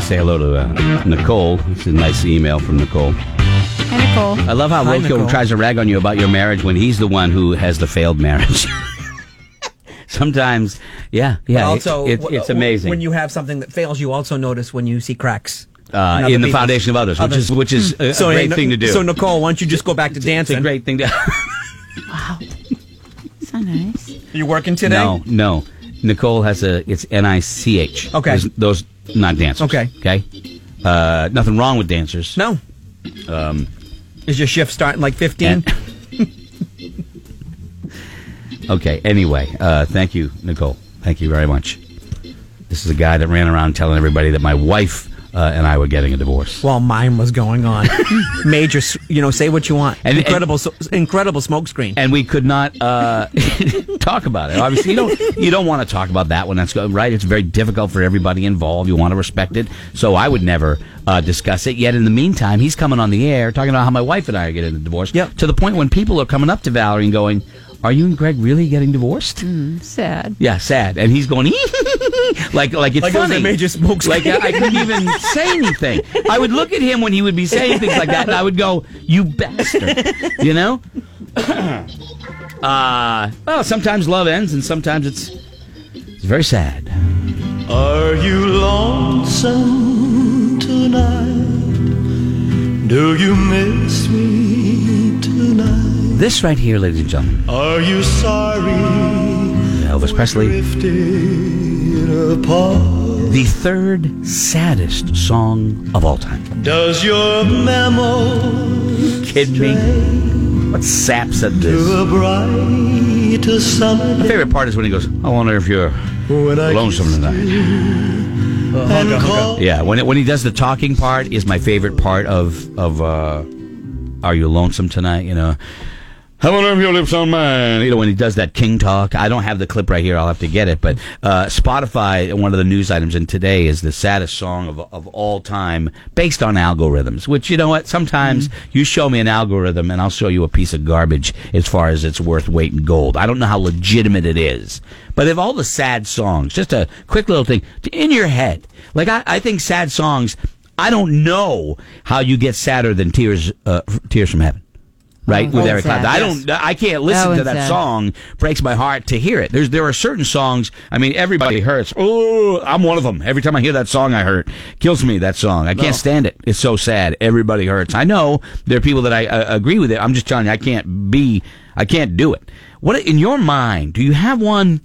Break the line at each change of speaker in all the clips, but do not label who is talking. say hello to uh, Nicole. It's a nice email from Nicole.
Hi, Nicole.
I love how
Hi,
Wilco
Nicole.
tries to rag on you about your marriage when he's the one who has the failed marriage. Sometimes, yeah, yeah.
also,
it- it-
w-
it's amazing.
When you have something that fails, you also notice when you see cracks
uh,
other
in the
people's-
foundation of others, which is which is a, a
So,
great
hey,
thing to do.
So Nicole, why don't you just go back to
it's a
dancing?
great thing to.
So nice.
you working today?
No, no. Nicole has a. It's N I C H.
Okay.
There's- Those, not dancers.
Okay.
Okay. Uh, nothing wrong with dancers.
No. Um, is your shift starting like fifteen?
And- okay. Anyway, uh, thank you, Nicole. Thank you very much. This is a guy that ran around telling everybody that my wife uh, and I were getting a divorce.
While mine was going on, major. s- You know, say what you want.
And-
incredible, so, incredible smokescreen.
and we could not uh, talk about it. Obviously, you don't you don't want to talk about that when that's go- right. It's very difficult for everybody involved. You want to respect it, so I would never uh, discuss it. Yet in the meantime, he's coming on the air talking about how my wife and I are getting a divorce.
Yep.
To the point when people are coming up to Valerie and going, "Are you and Greg really getting divorced?"
Sad.
Yeah, sad. And he's going like like it's
Like it was
funny.
a major smoke
Like I, I couldn't even say anything. I would look at him when he would be saying things like that, and I would go, "You bastard," you know. uh well, sometimes love ends, and sometimes it's it's very sad.
Are you lonesome tonight? Do you miss me tonight?
This right here, ladies and gentlemen,
Are you sorry
Elvis Presley,
drifted apart?
the third saddest song of all time.
Does your memory
Kid me? What sap said this?
to a brighter summer
My
day
favorite part is when he goes, "I wonder if you're
when I
lonesome
kissed
tonight."
and called
Yeah, when it, when he does the talking part is my favorite part of of uh, Are You Lonesome Tonight? You know, I wonder if your lips on mine. You know, when he does that King talk, I don't have the clip right here. I'll have to get it. But uh, Spotify, one of the news items in today is the saddest song of of all time, based on algorithms. Which you know what? Sometimes you show me an algorithm, and I'll show you a piece of garbage as far as its worth weight in gold. I don't know how legitimate it is, but of all the sad songs, just a quick little thing in your head. Like I, I think sad songs. I don't know how you get sadder than tears, uh, tears from heaven right with
Oh,
Eric
sad.
Clapton. I
Yes.
don't. I can't listen
Oh,
to
and
that
sad.
song. Breaks my heart to hear it. There's there are certain songs. I mean, everybody hurts. Oh, I'm one of them. Every time I hear that song, I hurt. Kills me that song. I can't stand it. It's so sad. Everybody hurts. I know there are people that I uh, agree with it. I'm just telling you, I can't be. I can't do it. What in your mind? Do you have one?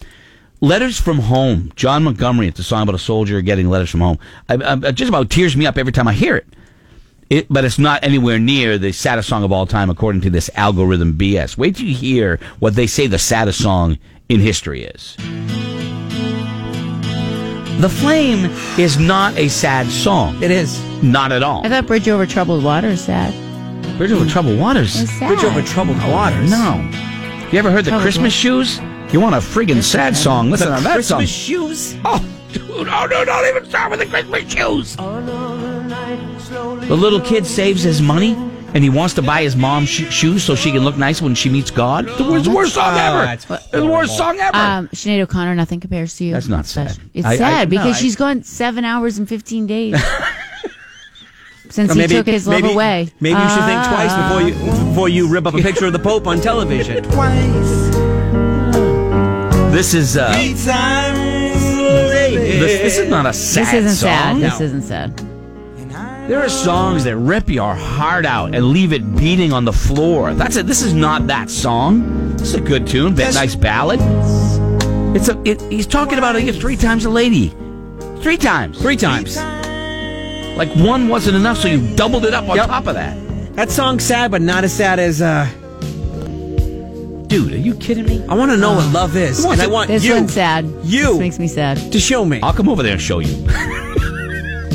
Letters from Home, John Montgomery. It's a song about a soldier getting letters from home. I, I, it just about tears me up every time I hear it. It, but it's not anywhere near the saddest song of all time, according to this algorithm BS. Wait till you hear what they say the saddest song in history is. The Flame is not a sad song.
it is.
Not at all.
I thought Bridge Over Troubled Water is sad.
Bridge over Troubled Waters.
It's sad.
Bridge over troubled waters.
No. You ever heard the
Troubled
Christmas Shoes?
Waters.
You want a friggin' sad song?
The
Listen to that
Christmas
song.
shoes.
Oh, dude, oh no, don't even start with the Christmas shoes. The little kid saves his money and he wants to buy his mom sho shoes so she can look nice when she meets God. The worst, worst song
Oh,
ever.
that's
The worst
horrible.
song ever.
Um, Sinead O'Connor, nothing compares to you.
That's not
Special.
sad.
It's
I- I-
sad
no,
because
I-
she's gone seven hours and fifteen days since
Or
he took his love
maybe-
away.
Maybe you should think
Ah.
twice before you before you rip up a picture of the Pope on television.
this is uh, this, this is not a sad
This isn't
song.
sad. This isn't sad.
There are songs that rip your heart out and leave it beating on the floor. That's it. This is not that song. This is a good tune, ba- nice ballad. It's a. It, he's talking about it three times a lady, three times.
Three times.
Like one wasn't enough, so you doubled it up on
Yep.
top of that.
That song's sad, but not as sad as uh.
Dude, are you kidding me?
I want to know what love is, and I want
This
you
one's sad.
You.
This makes me sad.
to show me.
I'll come over there and show you.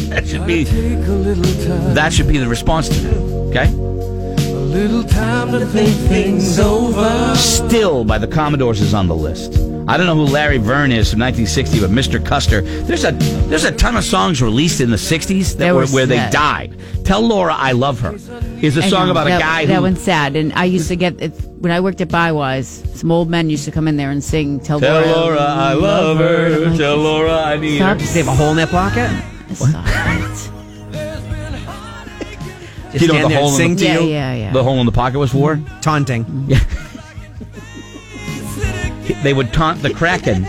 that should be. That should be the response to that. Okay.
Things over.
Still by the Commodores is on the list. I don't know who Larry Verne is from 1960, but Mr. Custer. There's a there's a ton of songs released in the 60s that
They
were,
were
where they
sad.
died. Tell Laura I love her is a
I
song
know,
about
that,
a guy
that
who
one's sad. And I used to get it, when I worked at Bywise. Some old men used to come in there and sing. Tell,
Tell Laura I love
And I'm
her.
like,
Tell Laura I need her.
Stop.
They have a hole in their pocket.
Stop it.
to
You know, the
stand there and
hole in
sing
the- Mm-hmm.
yeah,
to you.
yeah, yeah.
The hole in the pocket was for?
Taunting.
They would taunt the Kraken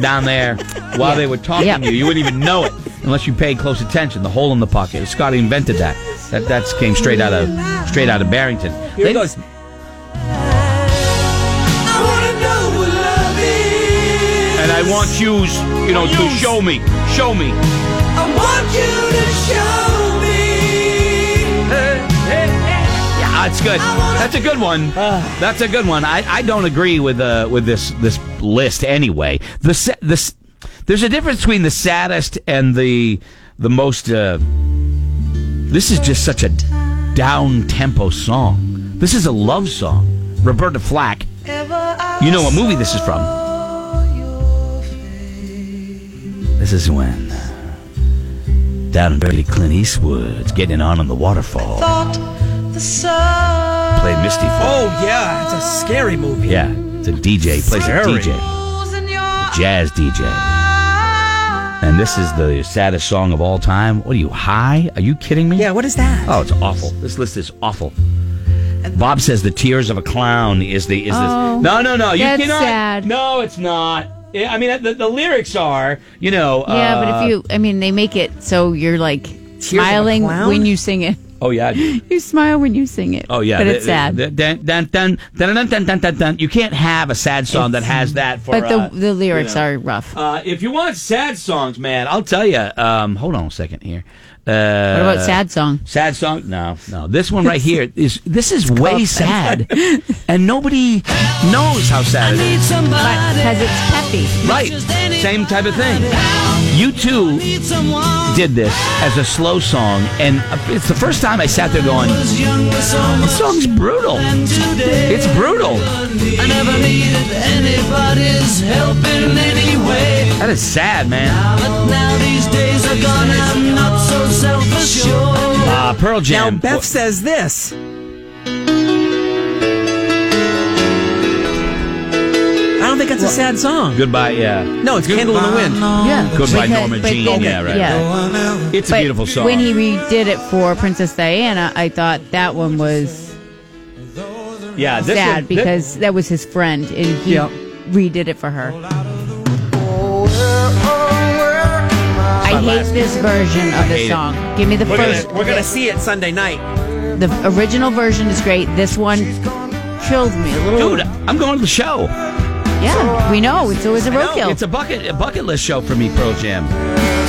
down there while they were taunting
Yeah.
you. You wouldn't even know it unless you paid close attention. The hole in the pocket. Scotty invented that. That that came straight out of straight out of Barrington.
Here
They-
goes.
And I want yous, you know, to show me. Show me. Yeah, it's good. That's a good one. That's a good one. I, I don't agree with uh with this this list anyway. The sa- this there's a difference between the saddest and the the most. Uh, this is just such a down tempo song. This is a love song. Roberta Flack. You know what movie this is from? This is when uh, down and dirty Clint Eastwood's getting on on the waterfall. Play Misty for.
Oh yeah, it's a scary movie.
Yeah, it's a DJ. Plays a DJ, jazz DJ. And this is the saddest song of all time. What are you high? Are you kidding me?
Yeah, what is that?
Oh, it's awful. This list is awful. Bob says the tears of a clown is the is
Oh,
this. No, no, no. You
that's
cannot.
sad.
No, it's not. Yeah, I mean, the, the lyrics are, you know.
yeah,
uh,
but if you, I mean, they make it so you're like smiling
clown?
when you sing it.
Oh yeah.
You smile when you sing it.
Oh yeah,
but
the-
it's sad.
the- dun- dun- dun- dun- dun- dun- dun- dun- dun. You can't have a sad song that has that for.
but the
uh,
the lyrics
you know.
are rough.
Uh, if you want sad songs, man, I'll tell you. Um, hold on a second here. Uh,
what about sad song?
Sad song? No, no. This one right here is this is way sad, and nobody knows how sad it is.
But because it's peppy.
Right? Same type of thing. You two did this as a slow song, and it's the first time I sat there going, "This song's brutal. It's brutal."
I never needed anybody's help in any way.
That is sad, man.
But now these days are gone, I'm not so self assured.
Uh, Pearl
Now
Jam.
Beth says this. I don't think that's a sad song.
Goodbye. Yeah.
No, it's Candle in the Wind.
Yeah.
Goodbye,
Because-
Norma
but
Jean.
then-
Yeah, right. It's
But
a beautiful song.
When he redid it for Princess Diana, I thought that one was
yeah, this
sad
one- thi-
because that was his friend and he
Yeah.
redid it for her. I hate this version of
hate
the
it.
song. Give me the
Look at
first.
it.
We're gonna see it Sunday night.
The original version is great. This one chilled me a little.
dude, I'm going to the show.
Yeah, we know. It's always a roadkill.
It's a bucket a bucket list show for me, Pearl Jam.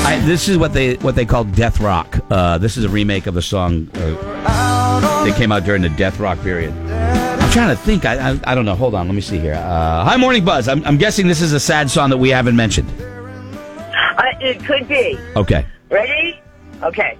I, this is what they what they call death rock. Uh, this is a remake of the song uh, that came out during the death rock period. I'm trying to think. I I, I don't know. Hold on. Let me see here. Uh, Hi, Morning Buzz. I'm, I'm guessing this is a sad song that we haven't mentioned.
Uh, it could be.
Okay.
Ready? Okay.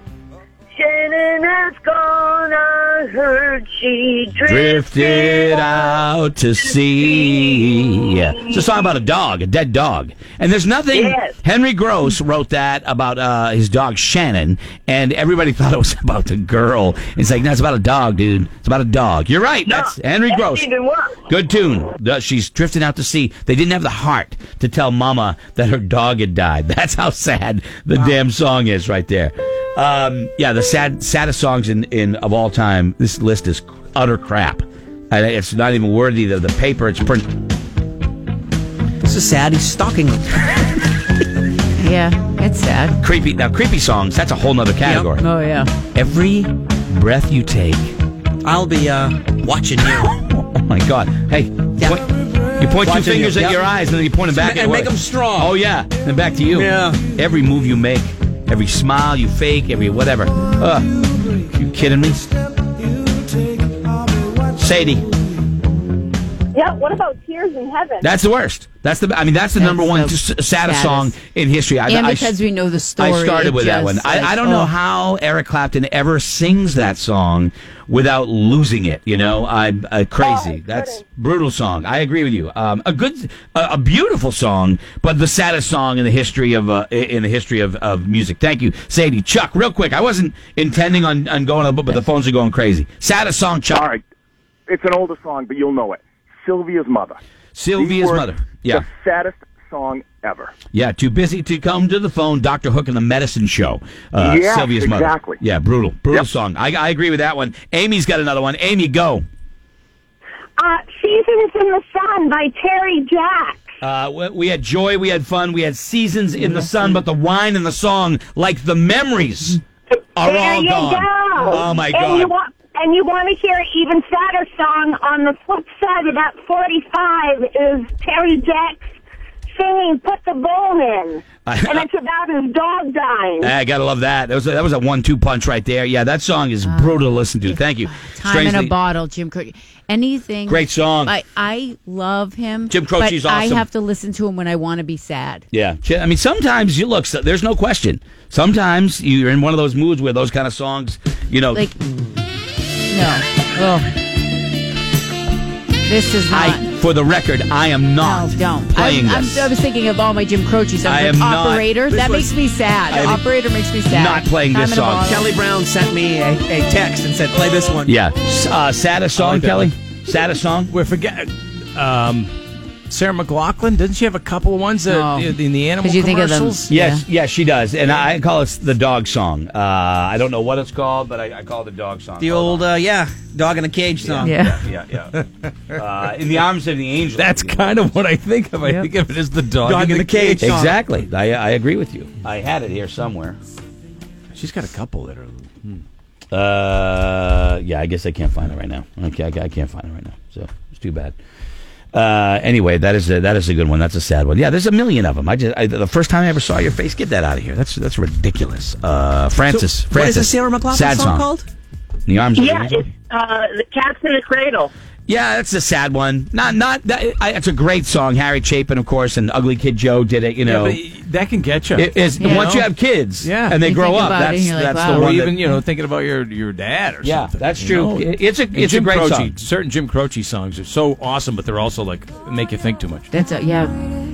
Shannon has gone. I heard she
drifted out to sea. Yeah. It's a song about a dog, a dead dog. And there's nothing.
Yes.
Henry Gross wrote that about uh, his dog Shannon, and everybody thought it was about the girl. It's like, no, it's about a dog, dude. It's about a dog. You're right. That's Henry
that's
Gross.
even worse.
Good tune. The- She's drifting out to sea. They didn't have the heart to tell Mama that her dog had died. That's how sad the damn song is, right there. Um, yeah, the sad, saddest songs in, in of all time. This list is utter crap, and it's not even worthy of the paper it's printed.
This is sad. He's stalking. her.
yeah, it's sad.
Creepy. Now, creepy songs. That's a whole nother category.
Oh yeah.
Every breath you take.
I'll be uh, watching you
Oh my God. Hey.
Yeah.
Point, you point
Watching
two fingers
you.
at
Yep.
your eyes, and then you point them back
And
at
make
work.
them strong.
Oh yeah, and back to you.
Yeah.
Every move you make, every smile you fake, every whatever. Ugh. You kidding me? Sadie,
Yeah, what about Tears in Heaven?
that's the worst. That's the. I mean, that's the
That's
number one
the
s- saddest
saddest.
song in history. I,
and
I-
because we know the story,
I started
it
with that
just,
one.
like,
I, I don't know
oh.
how Eric Clapton ever sings that song without losing it. You know, I'm uh, crazy. That's brutal song. I agree with you. Um, a good, a, a beautiful song, but the saddest song in the history of uh, in the history of, of music. Thank you, Sadie. Chuck, real quick. I wasn't intending on, on going on, but but the phones are going crazy. Saddest song, Chuck.
All right. It's an older song, but you'll know it. Sylvia's Mother.
Sylvia's
The worst-
mother. Yeah.
The saddest song ever.
Yeah, too busy to come to the phone. Doctor Hook and the Medicine Show. Uh,
Yes,
Sylvia's mother.
exactly.
Yeah, brutal, brutal
Yep.
song. I, I agree with that one. Amy's got another one. Amy, go.
Uh, Seasons in the Sun by Terry Jack.
Uh, we- we had joy, we had fun, we had seasons in the sun, but the wine and the song, like the memories, are
there
all
you
gone.
go.
Oh my
And you,
god!
want, and you want to hear an even sadder song on the flip side of that 45 is Terry Jack's singing Put the Bone In. and it's about his dog dying.
Ah, I gotta love that. That was a, that was a one-two punch right there. Yeah, that song is brutal to listen to. Thank you.
Oh, Time in a
Strangely-
bottle, Jim Croce. Anything.
Great song.
I, I love him.
Jim Croce's
but
awesome.
I have to listen to him when I want to be sad.
Yeah, I mean, sometimes you look. So, there's no question. Sometimes you're in one of those moods where those kind of songs, you know,
Like, no. Oh. This is not.
I, for the record, I am not
no, Oh, don't.
playing
I'm,
this.
I'm, I was thinking of all my Jim Croce songs.
I
like
am not-
Operator.
this
that
was-
makes me sad.
I am
Operator makes me sad.
not playing
Time
this
in a
song.
bottle.
Kelly Brown sent me a, a text and said, "Play this one."
yeah, S- uh, saddest
I
Oh,
song,
like that
Kelly.
one.
Saddest song.
we're forgetting. Um, Sarah McLaughlin doesn't she have a couple of ones that,
No.
in the animal
Did you think of them?
commercials?
Yes, yeah. she does, and I I call it the dog song. Uh, I don't know what it's called, but I, I call it the dog song.
The
Hold
old, uh, yeah, dog in a cage song.
Yeah.
on. yeah, yeah. uh, in the arms of the angel.
That's kind of what I think of. I think of it as the dog,
Dog in the cage. song.
exactly. I, I agree with you. I had it here somewhere.
She's got a couple that are.
Uh, yeah, I guess I can't find it right now. Okay, I, I can't find it right now. So it's too bad. Uh, anyway, that is a, that is a good one. That's a sad one. Yeah, there's a million of them. I just I, the first time I ever saw your face, get that out of here. That's that's ridiculous. Uh, Francis,
What is
Francis,
the Sarah McLaughlin
sad
song, called?
In the arms. of
Yeah,
the angel.
it's uh, the Cats in the Cradle.
yeah, that's a sad one. Not not that. I, it's a great song. Harry Chapin, of course, and Ugly Kid Joe did it. You know,
that can get you.
It is-
Yeah.
once you have kids,
Yeah.
and they
You
grow
think
up,
about it,
that's
and you're like,
that's
wow.
the
or
one.
even
that,
you know thinking about your your dad or
yeah,
something.
that's
you
true.
know?
It's a
And
it's a
Jim
great
Croce,
song.
Certain Jim Croce songs are so awesome, but they're also like make you think too much.
That's a, yeah.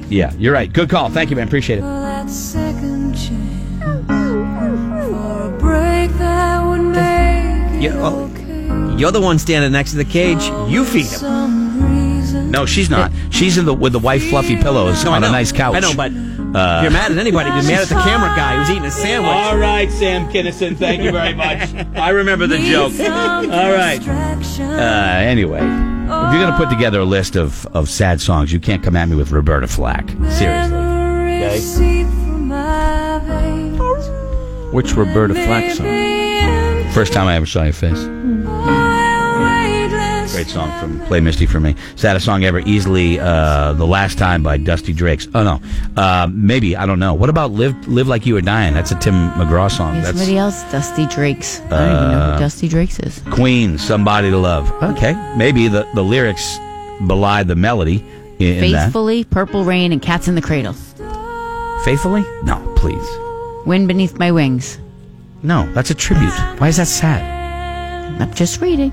Yeah, you're right. Good call. Thank you, man. Appreciate it.
That second chance for a break that would make
You,
it
oh,
okay.
you're the one standing next to the cage. You feed him.
Some reason
No, she's not. She's in the with the white fluffy pillows on a nice couch.
I know, but
Uh,
if you're mad at anybody. You're mad at the camera guy who's eating a sandwich.
All right, Sam Kinnison. Thank you very much. I remember the joke.
some
All right.
distraction.
Uh, anyway, if you're gonna put together a list of of sad songs, you can't come at me with Roberta Flack. Seriously.
Memories
Okay.
seep through my veins.
Which Roberta
Maybe
Flack song?
in
First time I ever saw your face.
Mm.
my weightless
Great song from Play Misty for me. Saddest song ever, easily uh, the last time by Dusty Drakes. Oh no, uh, maybe I don't know. What about live live like you were dying? That's a Tim McGraw song.
Yeah,
That's Uh,
somebody else, Dusty Drakes. I don't even know who Dusty Drakes is.
Queen, somebody to love. Okay, maybe the the lyrics belie the melody in, in that.
Faithfully, Purple Rain, and Cats in the Cradle.
Faithfully? No, please.
Wind Beneath My Wings.
No, that's a tribute. Why is that sad?
I'm just reading.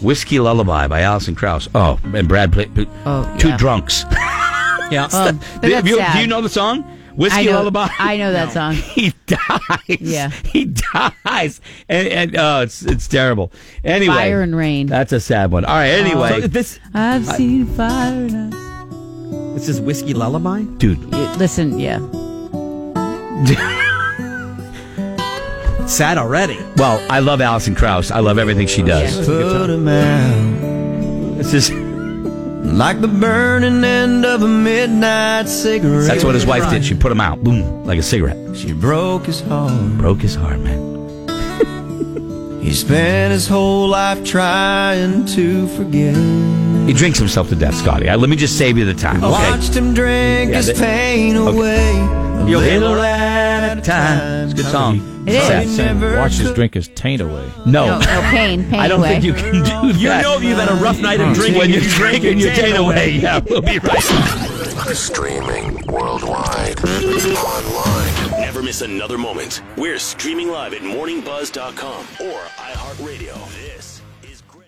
Whiskey Lullaby by Alison Krauss. Oh, and Brad Pitt.
Oh,
two
yeah.
drunks.
yeah.
Um, but
do,
that's
you,
sad.
do you know the song?
I
Whiskey
know,
Lullaby.
I know that song.
he dies.
Yeah.
he dies, and, and oh, it's it's terrible. Anyway,
Fire and Rain. Oh.
That's a sad one. All right. Anyway,
So this
I've seen fire. and
this is whiskey lullaby.
dude,
I- Listen, yeah.
Sad already.
Well, I love Alison Krauss. I love everything she does.
Put 'em out
This is
like the burning end of a midnight cigarette.
that's what his wife did. She put him out, boom, like a cigarette.
She broke his heart.
Broke his heart, man.
He spent his whole life trying to forget.
He drinks himself to death, Scotty. I, let me just save you the time. Okay.
Watched him drink
Yeah,
his
that-
pain
okay.
away.
You'll get
little
it.
at a time.
It's a good song.
It is.
Sad.
Never
Watch
could-
his drink his taint away.
No,
No,
no Oh, pain, pain
I don't
away.
think you can do that. You know you've had a rough night of drinking. When you drink and you take away. Yeah, we'll be right.
Streaming worldwide. Online.
Never miss another moment. We're streaming live at morningbuzz.com or iHeartRadio.